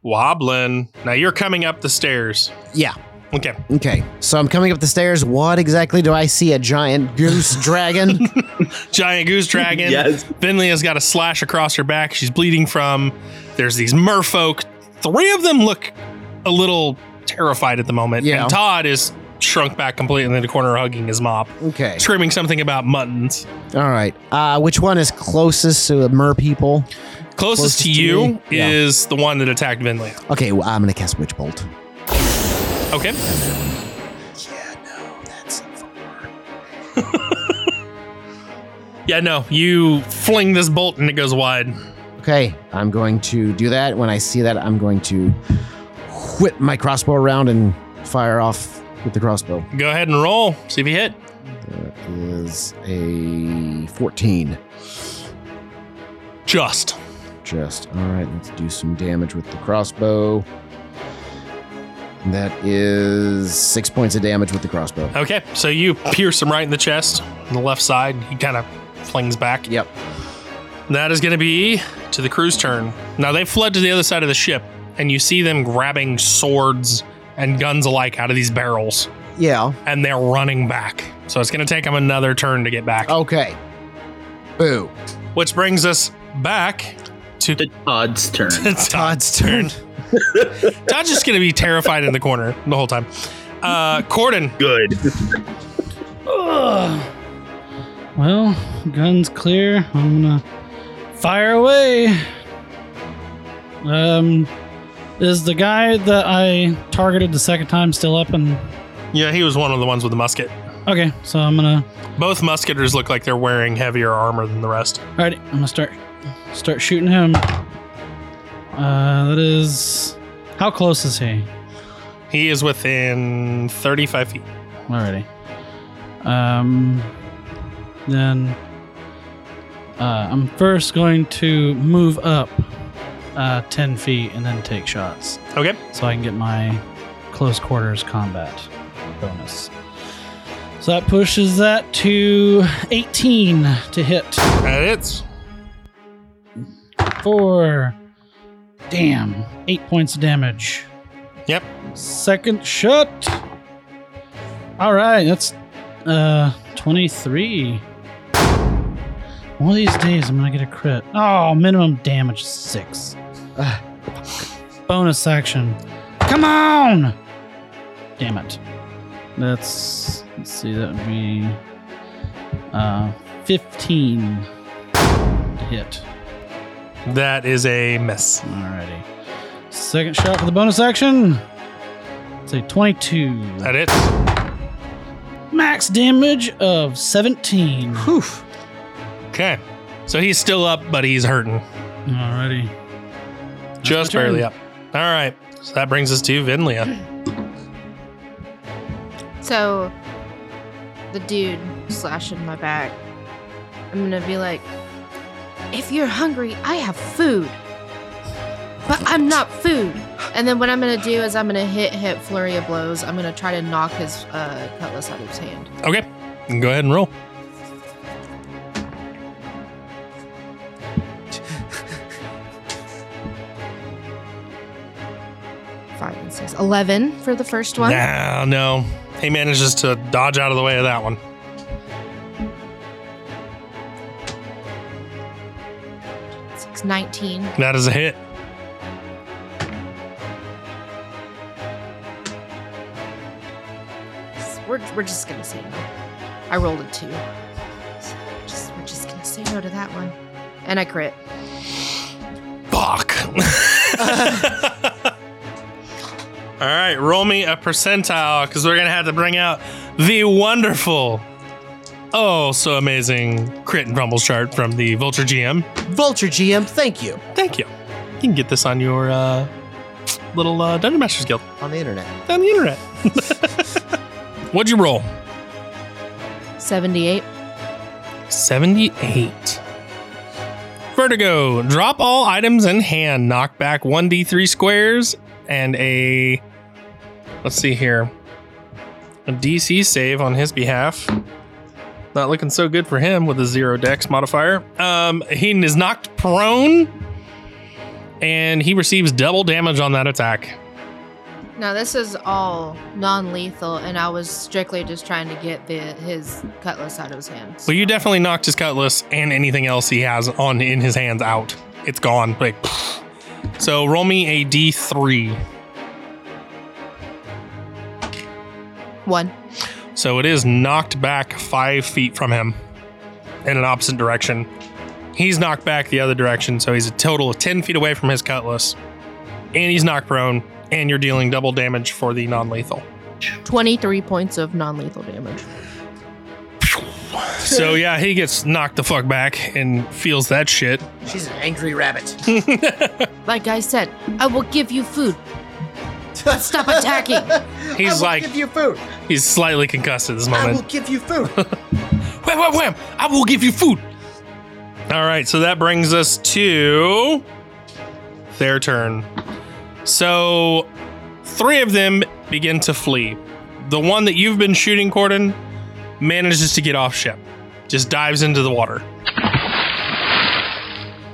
Speaker 2: Woblin. Now you're coming up the stairs.
Speaker 1: Yeah.
Speaker 2: Okay.
Speaker 1: Okay, so I'm coming up the stairs. What exactly do I see? A giant goose dragon? (laughs)
Speaker 2: Giant goose dragon.
Speaker 3: Yes.
Speaker 2: Finley has got a slash across her back. She's bleeding from. There's these merfolk. Three of them look a little terrified at the moment.
Speaker 1: Yeah.
Speaker 2: And Todd is shrunk back completely in the corner, hugging his mop,
Speaker 1: Okay.
Speaker 2: screaming something about muttons.
Speaker 1: All right. Uh, which one is closest to the mer people? Closest
Speaker 2: Closest, to,
Speaker 1: to
Speaker 2: you
Speaker 1: me? Yeah.
Speaker 2: is the one that attacked Vinley.
Speaker 1: Okay, well, I'm gonna cast Witch Bolt.
Speaker 2: Okay. (laughs) Yeah, no, you fling this bolt and it goes wide.
Speaker 1: Okay, I'm going to do that. When I see that, I'm going to whip my crossbow around and fire off with the crossbow.
Speaker 2: Go ahead and roll. See if you hit.
Speaker 1: That is a 14.
Speaker 2: Just.
Speaker 1: Just. All right, let's do some damage with the crossbow. That is six points of damage with the crossbow.
Speaker 2: Okay, so you pierce him right in the chest, on the left side. He kind of flings back.
Speaker 1: Yep.
Speaker 2: That is going to be to the crew's turn. Now they fled to the other side of the ship, and you see them grabbing swords and guns alike out of these barrels,
Speaker 1: Yeah.
Speaker 2: and they're running back. So it's going to take them another turn to get back.
Speaker 1: Okay. Boo.
Speaker 2: Which brings us back to
Speaker 3: The Todd's
Speaker 2: (laughs)
Speaker 3: turn.
Speaker 1: Todd's turn.
Speaker 2: Todd's just going to be terrified in the corner the whole time. Uh, Corden,
Speaker 3: (laughs) Good.
Speaker 5: Ugh. Well, gun's clear. I'm gonna fire away. Um, is the guy that I targeted the second time still up? And
Speaker 2: yeah, he was one of the ones with the musket.
Speaker 5: okay, so I'm gonna.
Speaker 2: Both musketers look like they're wearing heavier armor than the rest.
Speaker 5: All right, I'm gonna start start shooting him. Uh, that is. How close is he?
Speaker 2: He is within 35 feet.
Speaker 5: Alrighty. Um, then uh, I'm first going to move up uh, 10 feet and then take shots
Speaker 2: Okay.
Speaker 5: so I can get my close quarters combat bonus. So that pushes that to 18 to hit.
Speaker 2: That hits.
Speaker 5: Four. Damn. Eight points of damage.
Speaker 2: Yep.
Speaker 5: Second shot. All right, that's uh 23. One of these days I'm gonna get a crit. Oh, minimum damage six. Ugh. Bonus action. Come on! Damn it. That's let's see, that would be uh 15 to hit.
Speaker 2: That is a miss.
Speaker 5: Alrighty. Second shot for the bonus action. Say 22.
Speaker 2: That hits.
Speaker 5: Max damage of 17.
Speaker 1: Poof.
Speaker 2: Okay. So he's still up, but he's hurting.
Speaker 5: Alrighty.
Speaker 2: Just
Speaker 5: my turn.
Speaker 2: barely up. All right. So that brings us to Vinlia.
Speaker 4: So, the dude slashing my back. I'm gonna be like, if you're hungry, I have food. But I'm not food. And then what I'm gonna do is I'm gonna hit, hit flurry of blows. I'm gonna try to knock his uh, cutlass out of his hand.
Speaker 2: Okay. Go ahead and roll.
Speaker 4: Five and six. Eleven for the first one.
Speaker 2: Nah, no. He manages to dodge out of the way of that one.
Speaker 4: Six, 19.
Speaker 2: That is a hit.
Speaker 4: We're, we're just gonna say no. I rolled a two. So just, we're just gonna say no to that one. And I crit.
Speaker 2: Fuck. (laughs) All right, roll me a percentile because we're gonna have to bring out the wonderful Oh, so amazing crit and rumble chart from the Vulture GM.
Speaker 7: Vulture GM, thank you.
Speaker 2: Thank you. You can get this on your uh, little uh, Dungeon Masters Guild
Speaker 7: On the internet.
Speaker 2: on the internet. (laughs) What'd you roll?
Speaker 4: 78.
Speaker 2: 78. Vertigo. Drop all items in hand. Knock back 1d3 squares and a. Let's see here. A DC save on his behalf. Not looking so good for him with a zero dex modifier. Um, he is knocked prone and he receives double damage on that attack.
Speaker 4: Now, this is all non lethal, and I was strictly just trying to get the, his cutlass out of his hands.
Speaker 2: Well, you definitely knocked his cutlass and anything else he has on in his hands out. It's gone. Like, pfft. so roll me a d3.
Speaker 4: One.
Speaker 2: So it is knocked back five feet from him in an opposite direction. He's knocked back the other direction, so he's a total of 10 feet away from his cutlass. And he's knocked prone, and you're dealing double damage for the non
Speaker 7: (laughs)
Speaker 2: lethal.
Speaker 4: 23 points of non lethal damage.
Speaker 2: So, yeah, he gets knocked the fuck back and feels that shit.
Speaker 7: She's an angry rabbit. (laughs)
Speaker 4: Like I said, I will give you food. Stop attacking.
Speaker 2: (laughs) He's
Speaker 7: I will
Speaker 2: like-
Speaker 7: give you food.
Speaker 2: He's slightly concussed at this
Speaker 7: I will
Speaker 2: moment.
Speaker 7: give you food.
Speaker 2: (laughs) Wham, wham, wham! I will give you food! All right, so that brings us to their turn. So three of them begin to flee. The one that you've been shooting, Corden, manages to get off ship, just dives into the water.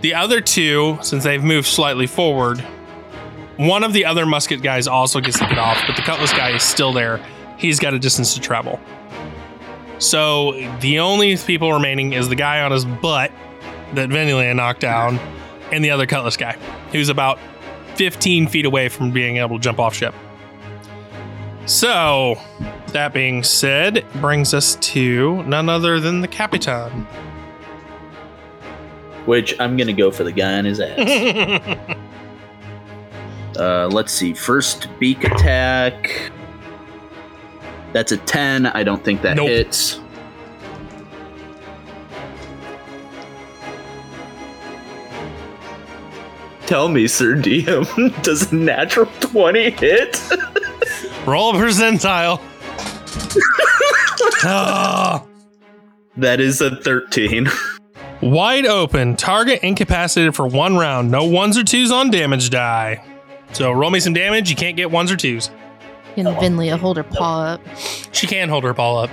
Speaker 2: The other two, since they've moved slightly forward, one of the other musket guys also gets to get off, but the cutlass guy is still there. He's got a distance to travel. So the only people remaining is the guy on his butt that Venuland knocked down, and the other cutlass guy, who's about 15 feet away from being able to jump off ship. So, that being said, brings us to none other than the Capitan.
Speaker 3: Which I'm gonna go for the guy on his ass. Uh, let's see. First beak attack. That's a 10. I don't think that
Speaker 2: Nope.
Speaker 3: hits. Tell me, Sir DM, (laughs) does a natural 20 hit?
Speaker 2: Roll a percentile. Ah.
Speaker 3: that is a 13.
Speaker 2: Wide open. Target incapacitated for one round. No ones or twos on damage die. So roll me some damage. You can't get ones or twos.
Speaker 4: Can Vinlia hold her paw up?
Speaker 2: She can hold her ball up.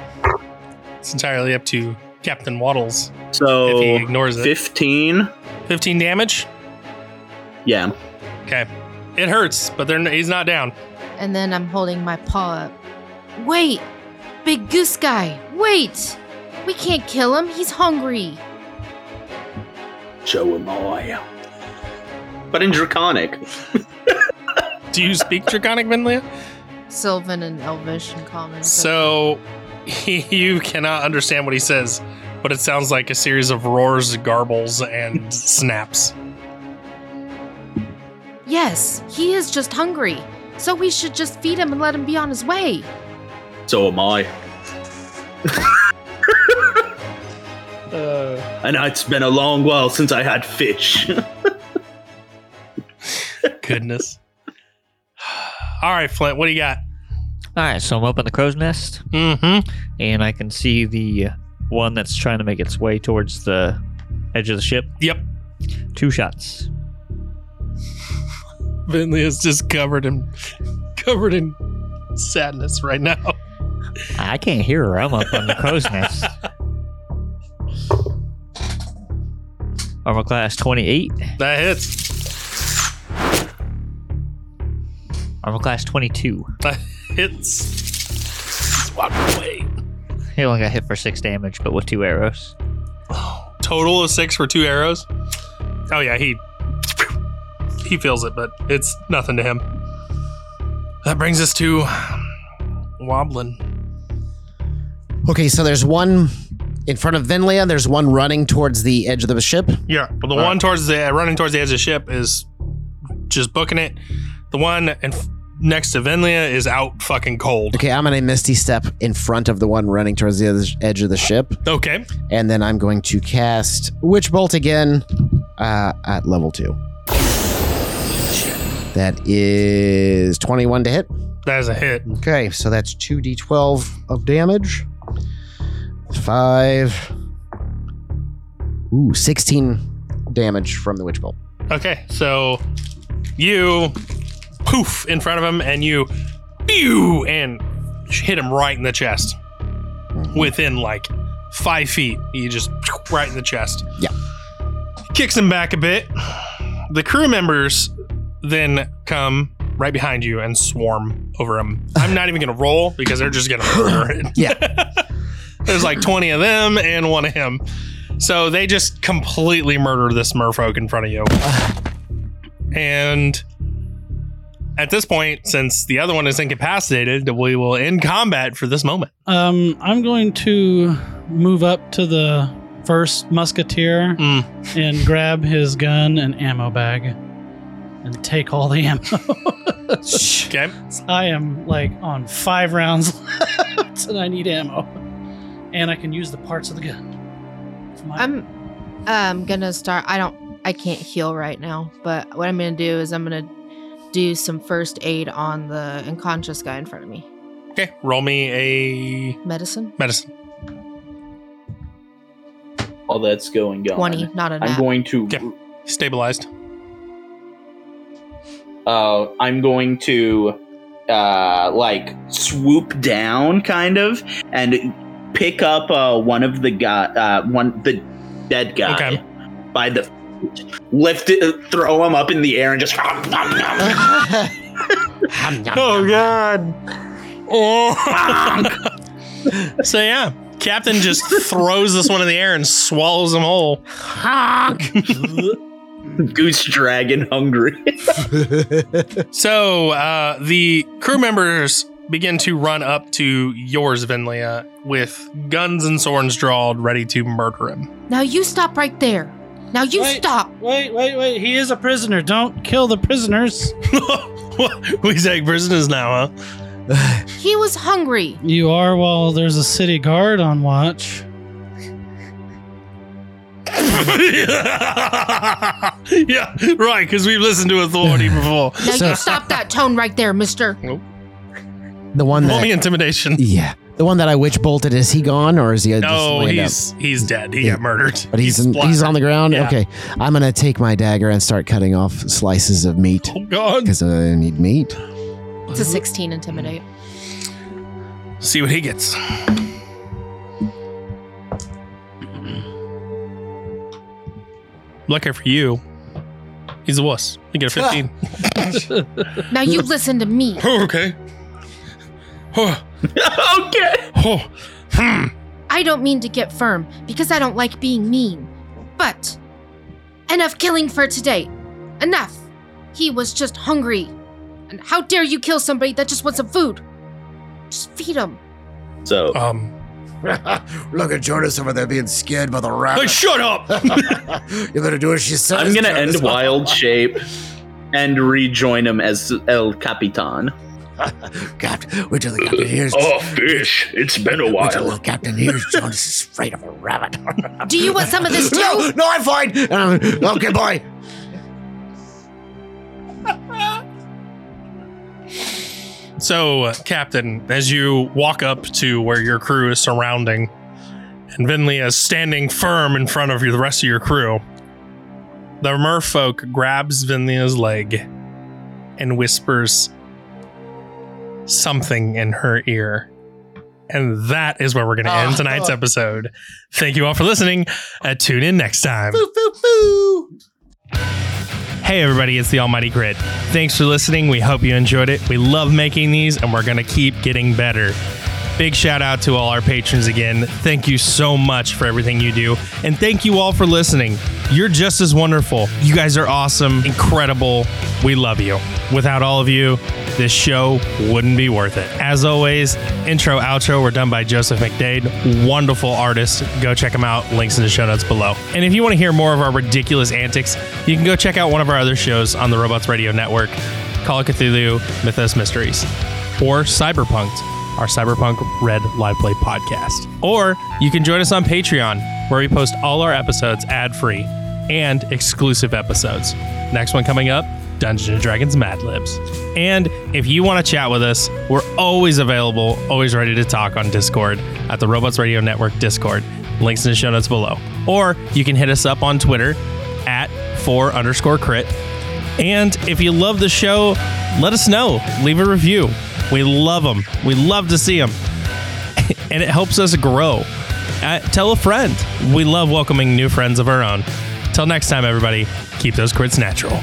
Speaker 2: It's entirely up to Captain Waddles if he
Speaker 3: (laughs) So,
Speaker 2: ignores it.
Speaker 3: 15.
Speaker 2: 15 damage.
Speaker 3: Yeah.
Speaker 2: Okay. It hurts, but they're, he's not down.
Speaker 4: And then I'm holding my paw up. Wait! Big goose guy! Wait! We can't kill him. He's hungry.
Speaker 3: Show him how I am. But in Draconic.
Speaker 2: Do you speak Draconic, Vinlia?
Speaker 4: Sylvan and Elvish and Common.
Speaker 2: So (laughs) he, you cannot understand what he says, but it sounds like a series of roars, garbles, and snaps.
Speaker 4: Yes, he is just hungry. So we should just feed him and let him be on his way.
Speaker 3: So am I. and it's been a long while since I had fish.
Speaker 2: Goodness. (sighs) All right, Flint, what do you got?
Speaker 6: All right, so I'm up in the crow's nest,
Speaker 2: Mm hmm.
Speaker 6: and I can see the one that's trying to make its way towards the edge of the ship.
Speaker 2: Yep.
Speaker 6: Two shots.
Speaker 2: Vinlia is just covered in covered in sadness right now. (laughs)
Speaker 6: I can't hear her. I'm up on the crow's nest. Armor class 28,
Speaker 2: That hits.
Speaker 6: armor class 22.
Speaker 2: That hits. Just walk away.
Speaker 6: He only got hit for six damage, but with two arrows.
Speaker 2: total of six for two arrows. Oh yeah, he he feels it, but it's nothing to him. That brings us to Wobblin.
Speaker 1: Okay, so there's one in front of Venlia. There's one running towards the edge of the ship.
Speaker 2: Yeah, but the one towards the running towards the edge of the ship is just booking it. The one and next to Venlia is out fucking cold.
Speaker 7: Okay, I'm gonna misty step in front of the one running towards the other sh- edge of the ship,
Speaker 2: Okay.
Speaker 7: and then I'm going to cast Witch Bolt again uh, at level two. That is 21 to hit.
Speaker 2: That is a hit.
Speaker 7: Okay, so that's 2d12 of damage. Five. Ooh, 16 damage from the Witch Bolt. (laughs)
Speaker 2: Okay, so you poof in front of him and you pew and hit him right in the chest. Within like five feet, you just right in the chest.
Speaker 7: Yeah.
Speaker 2: Kicks him back a bit. The crew members then come right behind you and swarm over him. I'm not even gonna roll because they're just gonna murder it. Yeah. (laughs) There's like 20 of them and one of him. So they just completely murder this merfolk in front of you. And at this point, since the other one is incapacitated, we will end combat for this moment.
Speaker 5: Um, I'm going to move up to the first musketeer
Speaker 2: Mm.
Speaker 5: and grab his gun and ammo bag and take all the ammo. (laughs)
Speaker 2: Okay.
Speaker 5: I am like on five rounds (laughs) left and I need ammo. And I can use the parts of the gun. It's my-
Speaker 4: I'm um gonna start I don't I can't heal right now, but what I'm gonna do is I'm gonna do some first aid on the unconscious guy in front of me.
Speaker 2: Okay. Roll me a
Speaker 4: Medicine?
Speaker 2: medicine.
Speaker 3: (laughs) All that's going on.
Speaker 4: Twenty, not a
Speaker 3: I'm
Speaker 4: nat.
Speaker 3: going to.
Speaker 2: Okay. Stabilized.
Speaker 3: Uh, I'm going to, uh, like swoop down, kind of, and pick up uh, one of the guy, uh, one the dead guy
Speaker 2: Okay.
Speaker 3: by the lift, it, throw him up in the air,
Speaker 2: (laughs)
Speaker 3: and just. (laughs)
Speaker 2: Oh God. Oh. (laughs) so yeah, Captain just throws this one in the air and swallows them whole.
Speaker 3: Goose dragon hungry.
Speaker 2: (laughs)
Speaker 3: (laughs)
Speaker 2: So uh, the crew members begin to run up to yours, Venlia, with guns and swords drawn, ready to murder him.
Speaker 4: now you stop right there. Now you
Speaker 5: Wait.
Speaker 4: stop.
Speaker 5: wait, wait, wait. He is a prisoner. Don't kill the prisoners.
Speaker 2: we take prisoners now, huh?
Speaker 4: He was hungry.
Speaker 5: You are while there's a city guard on watch.
Speaker 2: (laughs) yeah, right, because we've listened to authority
Speaker 7: (laughs)
Speaker 2: before.
Speaker 4: Now
Speaker 7: So-
Speaker 4: you stop that tone right there, mister.
Speaker 7: The one
Speaker 2: Roll me
Speaker 7: that.
Speaker 2: intimidation.
Speaker 7: Yeah. The one that I witch bolted, is he gone or is he just
Speaker 2: No,
Speaker 7: laid up?
Speaker 2: he's he's dead. He
Speaker 7: Yeah.
Speaker 2: got murdered.
Speaker 7: But he's in, he's
Speaker 2: splattered.
Speaker 7: on the ground.
Speaker 2: Yeah.
Speaker 7: Okay, I'm gonna take my dagger and start cutting off slices of meat
Speaker 2: Oh God!
Speaker 7: because I need meat.
Speaker 4: It's a sixteen intimidate.
Speaker 2: See what he gets. Lucky for you, he's a wuss. He get a fifteen.
Speaker 4: Now you listen to me.
Speaker 2: oh, (laughs) okay. Oh,
Speaker 3: okay.
Speaker 2: oh, hmm.
Speaker 4: I don't mean to get firm because I don't like being mean. But enough killing for today. Enough. He was just hungry. And how dare you kill somebody that just wants some food? Just feed him.
Speaker 3: So
Speaker 1: Oh,
Speaker 2: Um.
Speaker 1: (laughs) Look at Jonas over there being scared by the
Speaker 2: Hey,
Speaker 1: rabbit.
Speaker 2: shut up!
Speaker 1: (laughs) you better do what she says.
Speaker 3: I'm gonna
Speaker 1: Jonas.
Speaker 3: end wild shape and rejoin him as El Capitan.
Speaker 1: (laughs) Captain, wait till the captain hears.
Speaker 3: Oh, fish! It's been a
Speaker 1: wait till the captain hears Jonas is afraid of a rabbit.
Speaker 4: Do you want some of this
Speaker 1: no,
Speaker 4: too?
Speaker 1: no, I'm fine. And I'm- okay, boy.
Speaker 2: So, uh, Captain, as you walk up to where your crew is surrounding, and Vinlia is standing firm in front of you, the rest of your crew, the merfolk grabs Vinlia's leg and whispers something in her ear. And that is where we're going to end tonight's episode. Thank you all for listening. Uh, tune in next time. Hey, everybody, it's the Almighty Grid. Thanks for listening. We hope you enjoyed it. We love making these, and we're going to keep getting better. Big shout out to all our patrons again. Thank you so much for everything you do. And thank you all for listening. You're just as wonderful. You guys are awesome, incredible. We love you. Without all of you, this show wouldn't be worth it. As always, intro, outro were done by Joseph McDade. Wonderful artist. Go check him out. Links in the show notes below. And if you want to hear more of our ridiculous antics, you can go check out one of our other shows on the Robots Radio Network. Call of Cthulhu, Mythos Mysteries, or Cyberpunked, our Cyberpunk Red Live Play podcast. Or you can join us on Patreon, where we post all our episodes ad free and exclusive episodes. Next one coming up Dungeons and Dragons Mad Libs. And if you want to chat with us, we're always available, always ready to talk on Discord at the Robots Radio Network Discord. Links in the show notes below. Or you can hit us up on Twitter at four underscore crit and if you love the show, let us know. Leave a review. We love them. We love to see them. (laughs) and it helps us grow. Uh, tell a friend. We love welcoming new friends of our own. Till next time, everybody, keep those crits natural.